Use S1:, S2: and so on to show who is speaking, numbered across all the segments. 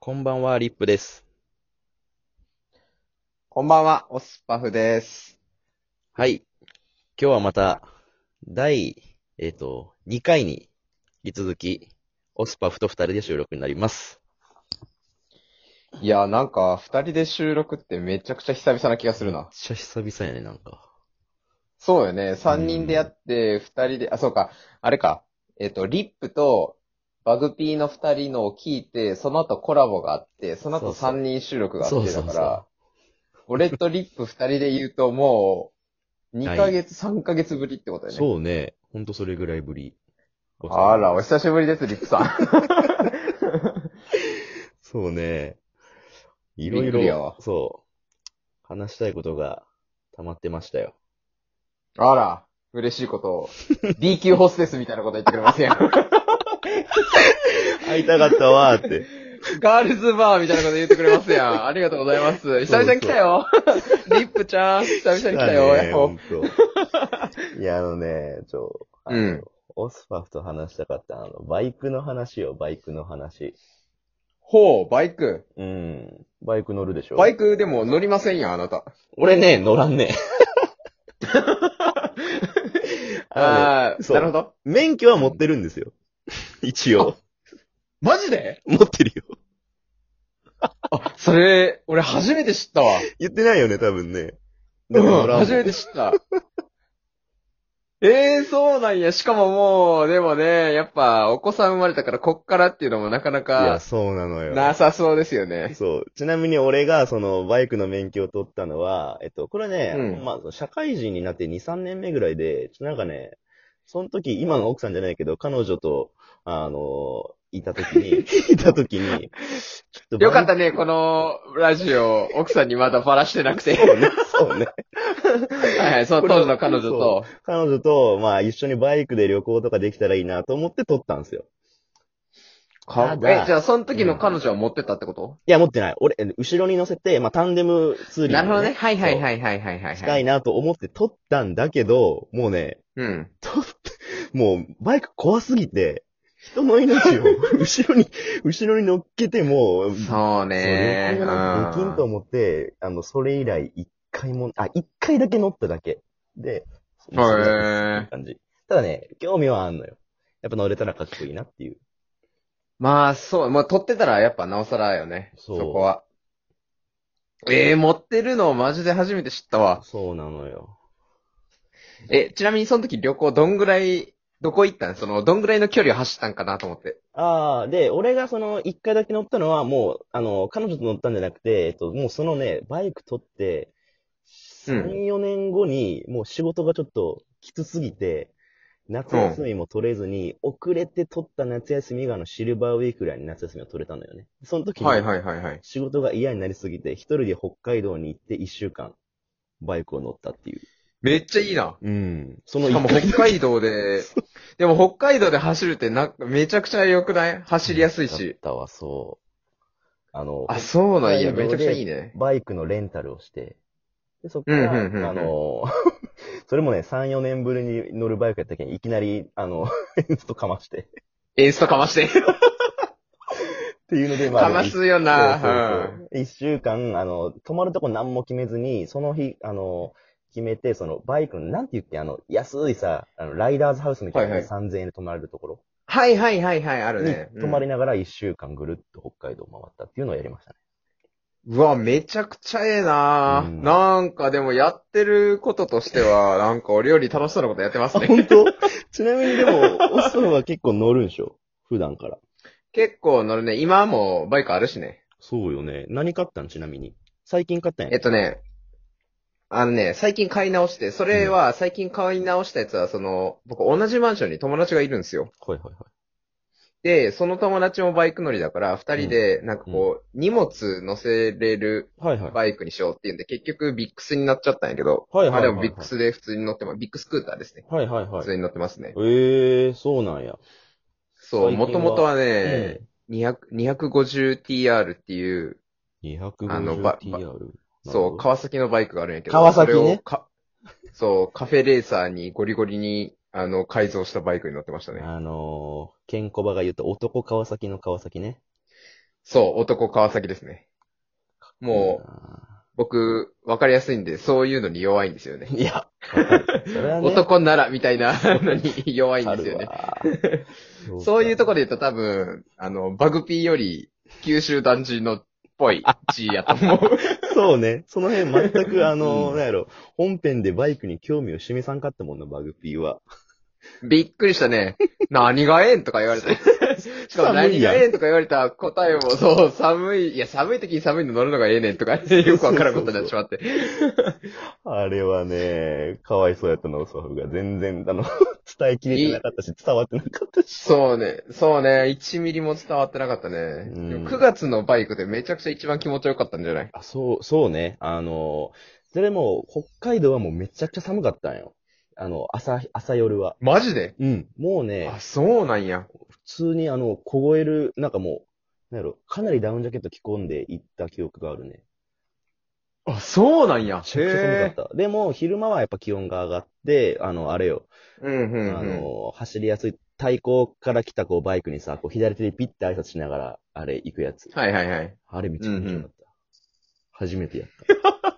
S1: こんばんは、リップです。
S2: こんばんは、オスパフです。
S1: はい。今日はまた、第、えっ、と、2回に、引き続き、オスパフと2人で収録になります。
S2: いや、なんか、二人で収録ってめちゃくちゃ久々な気がするな
S1: めっ。ちゃ久々やね、なんか。
S2: そうよね。三人でやって、二人で、あ、そうか、あれか。えっ、と、リップとバグピーの二人のを聞いて、その後コラボがあって、その
S1: そう
S2: 後
S1: そう
S2: 三人収録があって、
S1: そうそうそう
S2: だから、俺とリップ二人で言うとも う、二ヶ月、三ヶ月ぶりってことだよね。
S1: そうね。ほんとそれぐらいぶり。
S2: あら、お久しぶりです、リップ さん。
S1: そうね。いろ
S2: び
S1: い
S2: っくりや
S1: ろ
S2: わ、
S1: そう。話したいことが溜まってましたよ。
S2: あら、嬉しいことを。B 級ホステスみたいなこと言ってくれますやん。
S1: 会いたかったわーって。
S2: ガールズバーみたいなこと言ってくれま すやん。ありがとうございます。久々に来たよ。リップちゃん、久々に来たよ。やっほ
S1: いや、あのね、ちょ、あの
S2: うん
S1: オスファフと話したかった、あの、バイクの話よ、バイクの話。
S2: ほう、バイク。
S1: うん。バイク乗るでしょ
S2: バイ
S1: ク
S2: クでも乗りませんやん、あなた。
S1: 俺ね、乗らん ね。あのね
S2: あー
S1: そう
S2: なるほど。
S1: 免許は持ってるんですよ。一応。
S2: マジで
S1: 持ってるよ。
S2: あ、それ、俺初めて知っ たわ。
S1: 言ってないよね、多分ね。も
S2: う
S1: 乗ら
S2: ん、
S1: んもん
S2: 初めて知った。ええそうなんや。しかももう、でもね、やっぱ、お子さん生まれたから、こっからっていうのもなかない
S1: や、
S2: か、
S1: そうなのよ。
S2: なさそうですよね。
S1: そう。ちなみに俺が、その、バイクの免許を取ったのは、えっと、これね、
S2: うん
S1: まあ、社会人になって2、3年目ぐらいで、ちょっとなんかね、その時、今の奥さんじゃないけど、彼女と、あの、いた時に、 いた時に、ちょっとバイク
S2: よかったね、このラジオ、奥さんにまだバラしてなくて。
S1: そうね、そうね。
S2: はいはい、その当時の彼女と。
S1: 彼女と、まあ、一緒にバイクで旅行とかできたらいいなと思って取ったんですよ。
S2: か
S1: ただ
S2: え、じゃあその時の彼女は持ってったってこと、
S1: いや、持ってない。俺、後ろに乗せて、まあ、タンデムツーリング、
S2: なるほどね。。はいはいはいはいはいはい。
S1: したいなと思って取ったんだけど、もうね、
S2: うん。
S1: もう、バイク怖すぎて、人の 命を後ろに、後ろに乗っけても、
S2: そうね
S1: そう旅行なんてできんと思って、あの、それ以来一回も、あ、一回だけ乗っただけ。で、そ
S2: へ
S1: そ
S2: ー
S1: だけって感じ。ただね、興味はあんのよ。やっぱ乗れたらかっこいいなっていう。
S2: まあそう、まあ撮ってたらやっぱなおさらよね。
S1: そ
S2: そうこは。えー、持ってるのをマジで初めて知ったわ。
S1: そうなのよ。
S2: え、ちなみにその時旅行どんぐらい、どこ行ったんその、どんぐらいの距離を走ったんかなと思って。
S1: ああ、で、俺がその一回だけ乗ったのはもう、あの、彼女と乗ったんじゃなくて、えっと、もうそのね、バイク取って、
S2: うん
S1: 3、4年後に、もう仕事がちょっときつすぎて、夏休みも取れずに、遅れて取った夏休みがあのシルバーウィークぐらいに夏休みを取れたのよね。その時に、
S2: はいはいはい。
S1: 仕事が嫌になりすぎて、一人で北海道に行って1週間、バイクを乗ったっていう。
S2: めっちゃいいな。
S1: うん。その
S2: しかも
S1: 一回
S2: 北海道で、でも北海道で走るってな、めちゃくちゃ良くない走りやすい
S1: だっ
S2: し。
S1: たわ、そう。あの、
S2: あ、そうなんいや、
S1: 北海道で
S2: めちゃくちゃいいね。
S1: バイクのレンタルをして、で、そっから、
S2: うんうんうんうん
S1: あの、 それもね、3、4年ぶりに乗るバイクやったけん、いきなり、あの、 エンストかまして。
S2: エースとかまして。
S1: っていうので、まあ、
S2: かますよ
S1: そう
S2: な。
S1: そうそう一週間、あの、泊まるとこ何も決めずに、その日、あの、決めて、その、バイクの、なんて言って、あの、安いさ、あの、ライダーズハウスみたいな、
S2: はいは
S1: 3000円で泊まれるところ
S2: はいはいはいはい、ある
S1: に
S2: ね。
S1: 泊まり
S2: うん
S1: ながら一週間ぐるっと北海道回ったっていうのをやりましたね。
S2: うわ、めちゃくちゃええな
S1: うん
S2: なんかでもやってることとしては、 なんか俺より楽しそうなことやってますね。
S1: 本当ちなみにで も、オスフは結構乗るんでしょ普段から。
S2: 結構乗るね。今もバイクあるしね。
S1: そうよね。何買ったんちなみに。最近買ったんや
S2: えっとね、あのね、最近買い直して、それは最近買い直したやつは、その、僕同じマンションに友達がいるんですよ。
S1: はいはいはい。
S2: で、その友達もバイク乗りだから、二人で、なんかこう、荷物乗せれる
S1: はいはい。
S2: バイクにしようっていうんで、結局ビックスになっちゃったんやけど、
S1: はいはいはいはい
S2: まあでもビックスで普通に乗ってます。ビッグスクーターですね。
S1: はいはいは
S2: 普
S1: い。
S2: 通に乗ってますね。
S1: ええー、そうなんや。
S2: そう、
S1: 最近は
S2: もともとはね、250TR っていう、あのば
S1: 250TR。
S2: そう、川崎のバイクがあるんやけど、
S1: 川崎ね
S2: それをかそう、カフェレーサーにゴリゴリに、あの、改造したバイクに乗ってましたね。
S1: あのー、ケンコバが言った男川崎の川崎ね。
S2: そう、男川崎ですね。もう、僕、わかりやすいんで、そういうのに弱いんですよね。
S1: いや、わかるそれはね、
S2: 男なら、みたいなのに弱いん
S1: あ
S2: ですよ
S1: る
S2: ね。
S1: わ。
S2: そういうとこ
S1: ろ
S2: ろで言うと多分、あの、バグピーより、九州男児のっぽい地位やと思 う。
S1: そうね。その辺全く、あの、
S2: うん
S1: なんやろ、本編でバイクに興味を示さんかったもんな、バグピーは。
S2: びっくりしたね。何がええんとか言われて。しかも
S1: 寒
S2: 何
S1: いや
S2: が
S1: ん
S2: ええんとか言われた答えも、そう、寒い、いや、寒い時に寒いの乗るのがええねんとか、よくわからんことになってしまって。
S1: あれはね、かわいそうやったの、祖父が。全然、あの、 伝えきれてなかったし、伝わってなかったし。
S2: そうね、そうね、1ミリも伝わってなかったね。
S1: ん
S2: でも9月のバイクでめちゃくちゃ一番気持ちよかったんじゃない
S1: あ、そう、そうね。あの、それも、北海道はもうめちゃくちゃ寒かったんよ。あの、朝、朝夜は。
S2: マジで
S1: うん。もうね
S2: あ、、そうなんや。
S1: 普通にあの、凍える、なんかもう、なんやろ、かなりダウンジャケット着込んで行った記憶があるね。
S2: あ、そうなんや。
S1: めちゃくちゃ寒かった。でも、昼間はやっぱ気温が上がって、あの、あれよ、
S2: へえうんう
S1: あ
S2: ん、うん。
S1: の、走りやすい、対向から来たこうバイクにさ、こう左手でピッて挨拶しながら、あれ行くやつ。
S2: はいはいはい。
S1: あれめっちゃ面白かった。初めてやった。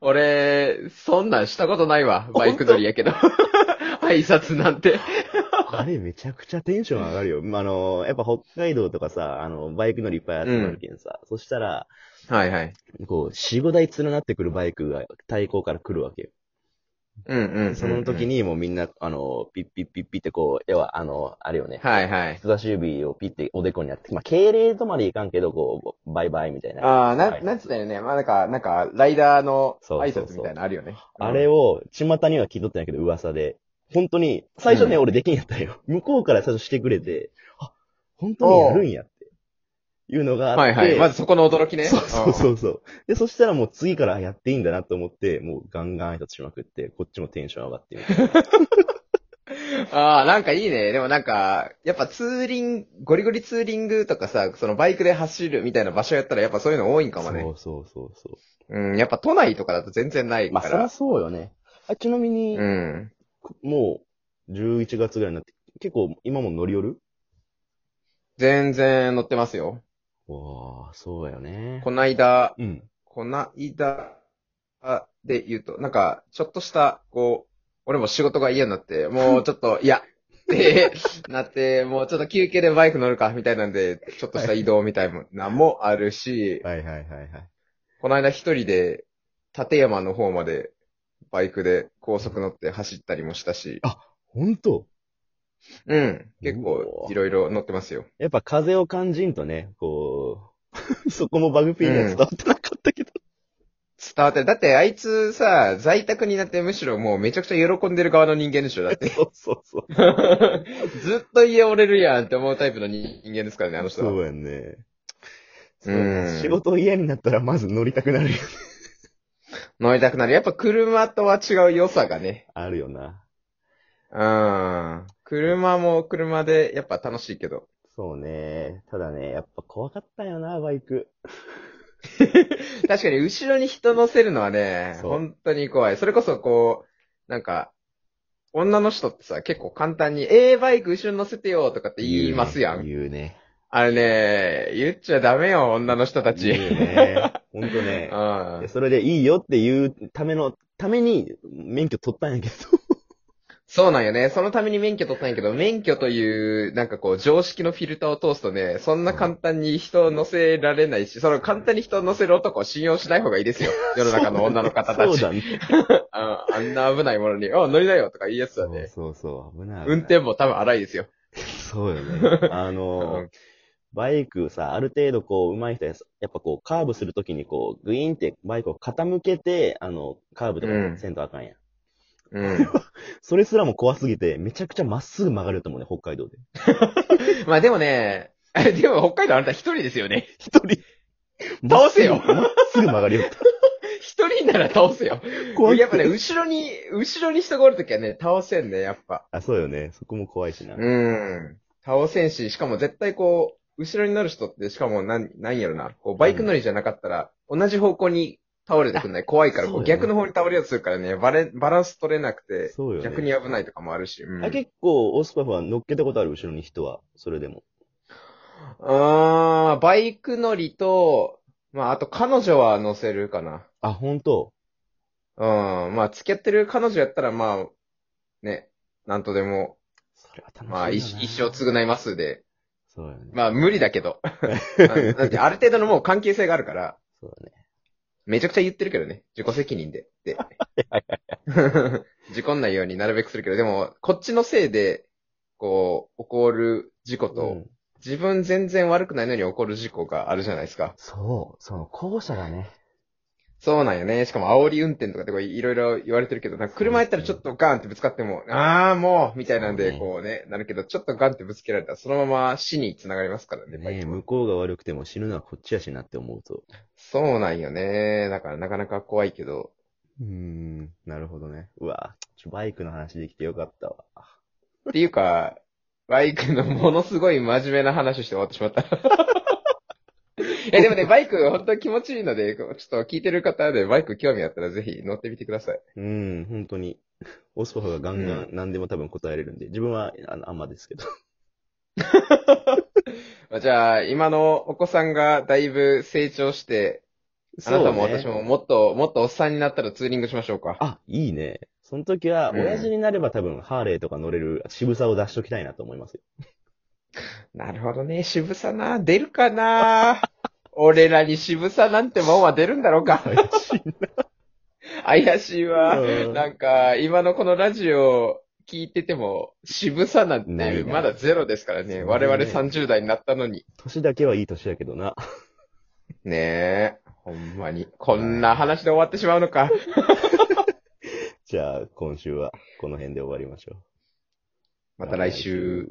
S2: 俺、そんなんしたことないわ。バイク乗りやけど。 挨拶なんて。
S1: あれめちゃくちゃテンション上がるよ。まああの、やっぱ北海道とかさ、あの、バイク乗りいっぱい集まるけんさ、そしたら、
S2: はいはい。
S1: こう、4、5台連なってくるバイクが対向から来るわけよ。
S2: うんうんうんうん。
S1: その時にもうみんな、あの、ピッピッピッピってこう、要は、あの、あれよね。
S2: はいはい。
S1: 人差し指をピッておでこにやって、まあ、敬礼とまでいかんけど、こう、バイバイみたいな。
S2: ああ、な、
S1: はい
S2: なんつったよね。まあなんか、なんか、ライダーの
S1: そう
S2: 挨
S1: そう
S2: 拶
S1: そう
S2: みたいなのあるよね。
S1: あれ
S2: を。
S1: を、巷には聞いとったんやけど、噂で。本当に、最初ね、
S2: うん
S1: 俺できんやったんよ。 向こうから最初してくれて、あ、本当にやるんやって。いうのがあって。
S2: はいはい。まずそこの驚きね。
S1: そうそう
S2: う
S1: そ
S2: ん。
S1: うそう。で、そしたらもう次からやっていいんだなと思って、もうガンガン挨拶しまくって、こっちもテンション上がってみたい な
S2: ああ、なんかいいね。でもなんか、やっぱツーリング、ゴリゴリツーリングとかさ、そのバイクで走るみたいな場所やったらやっぱそういうの多いんかもね。
S1: そうそうそうそ。
S2: うん、やっぱ都内とかだと全然ないう
S1: ま
S2: か
S1: あ、そりゃ
S2: ら。
S1: そうよね。あ、ちなみに、
S2: うん。
S1: もう、11月ぐらいになって、結構今も乗り寄る
S2: 全然乗ってますよ。
S1: わあ、そうだよね
S2: こ。ないだ、
S1: うん。
S2: こないだで言うと、なんか、ちょっとした、こう、俺も仕事が嫌になって、もうちょっと、いや、って なって、もうちょっと休憩でバイク乗るか、みたいなんで、ちょっとした移動みたいなのもあるし、
S1: はいはいはいはい。
S2: この間一人で、立山の方まで、バイクで高速乗って走ったりもしたし、
S1: ほんと
S2: うん、結構いろいろ乗ってますよ。
S1: やっぱ風を感じんとね、こう、 そこもバグピーには伝わってなかったけど。
S2: 伝わってる。だってあいつさ、在宅になってむしろもうめちゃくちゃ喜んでる側の人間でしょ、だって。
S1: そうそうそう。
S2: ずっと家折れるやんって思うタイプの人間ですからね、あの人
S1: そ
S2: は。
S1: うやんね。
S2: う
S1: そうん仕事嫌になったらまず乗りたくなるよ ね。
S2: 乗りたくなる。やっぱ車とは違う良さがね。
S1: あるよな。
S2: うん。車も車でやっぱ楽しいけど。
S1: そうね。ただね、やっぱ怖かったよな、バイク。
S2: 確かに後ろに人乗せるのはね、
S1: そう
S2: 本当に怖い。それこそこう、なんか、女の人ってさ、結構簡単に、えー、バイク後ろに乗せてよとかって言いますやん。
S1: 言うね。
S2: あれね、言っちゃダメよ、女の人たち。
S1: 言うね。ほんとね
S2: う。ん
S1: で。それでいいよっていうための、ために免許取ったんやけど。
S2: そうなんよね。そのために免許取ったんやけど、免許という、なんかこう、常識のフィルターを通すとね、そんな簡単に人を乗せられないし、その簡単に人を乗せる男を信用しない方がいいで すよ。世の中の女の方た
S1: そ
S2: ち。
S1: うだね。
S2: ああんな危ないものに、あ、乗りなよとか言いやつはね、
S1: そうそう、危ない。
S2: 運転も多分荒いですよ。
S1: そうよ ね。あの、
S2: うん
S1: バイクさ、ある程度こう、上手い人はさ、やっぱこう、カーブするときにこう、グイーンってバイクを傾けて、あの、カーブと
S2: うん
S1: かせんとあかんやん。
S2: うん。
S1: それすらも怖すぎて、めちゃくちゃまっすぐ曲がると思うね、北海道で。
S2: まあでもね、 でも北海道あなた一人ですよね。
S1: 一 人。
S2: 倒せよ
S1: まっすぐ曲がりよっ た。
S2: 一人なら倒せよ。
S1: 怖い
S2: やっぱね、後ろに、後ろに人がおるときはね、倒せんね、やっぱ。
S1: あ、そうよね。そこも怖いしな。
S2: うん。倒せんし、しかも絶対こう、後ろになる人って、しかもなん、なんやろな、こう、バイク乗りじゃなかったら、同じ方向に倒れてくんない。怖いから、こう、
S1: そうだよね
S2: 逆の方に倒れようとするからね、バレ、バランス取れなくて、
S1: そうよね。
S2: 逆に危ないとかもあるし、うん
S1: あ、結構、オスパフは乗っけたことある、後ろに人は。それでも。
S2: あー、バイク乗りと、まあ、あと彼女は乗せるかな。
S1: あ、本当
S2: うん、まあ、付き合ってる彼女やったら、まあ、ね、なんとでも、
S1: それは楽しいよな。
S2: まあ、一一生償いますで。
S1: そうよね。
S2: まあ、無理だけど。 うんだって、ある程度のもう関係性があるから、
S1: そうだね。
S2: めちゃくちゃ言ってるけどね。自己責任で。で。事故んないようになるべくするけど、でも、こっちのせいで、こう、起こる事故と、
S1: うん
S2: 自分全然悪くないのに起こる事故があるじゃないですか。
S1: そう、その後者がね。
S2: そうなんよね。しかも煽り運転とかってこういろいろ言われてるけど、なんか車やったらちょっとガンってぶつかっても、あーもうみたいなん
S1: そ
S2: で、
S1: うね
S2: こうね、なるけど、ちょっとガンってぶつけられたら、そのまま死に繋がりますからね。バイ
S1: ね
S2: クは
S1: 向こうが悪くても死ぬのはこっちやしなって思うと。
S2: そうなんよね。だからなかなか怖いけど。
S1: うーん、なるほどね。うわちょバイクの話できてよかったわ。
S2: っていうか、バイクのものすごい真面目な話をして終わってし まった。いやでもね、バイク本当に気持ちいいので、こうちょっと聞いてる方でバイク興味あったらぜひ乗ってみてください。
S1: うん、本当に。オスファーがガンガン
S2: う
S1: 何でも多分答えれるんで、自分はあのあんまですけ ど。
S2: まあじゃあ、今のお子さんがだいぶ成長して、あなたも
S1: そうね
S2: 私ももっと、もっとおっさんになったらツーリングしましょうか。
S1: あ、いいね。その時は、
S2: うん
S1: 親父になれば多分、ハーレーとか乗れる渋さを出しときたいなと思いますよ。
S2: なるほどね。渋さな。出るかな 俺らに渋さなんてもんは出るんだろうか。怪しいわ。
S1: うん
S2: なんか、今のこのラジオ聞いてても、渋さなん
S1: な
S2: て
S1: いな
S2: まだゼロですから
S1: そう
S2: ね。
S1: ね
S2: 我々30代になったのに。
S1: 年だけはいい年やけどな。
S2: ねえ。ほんまに。こんな話で終わってしまうのか。
S1: じゃあ、今週はこの辺で終わりましょう。
S2: また来週。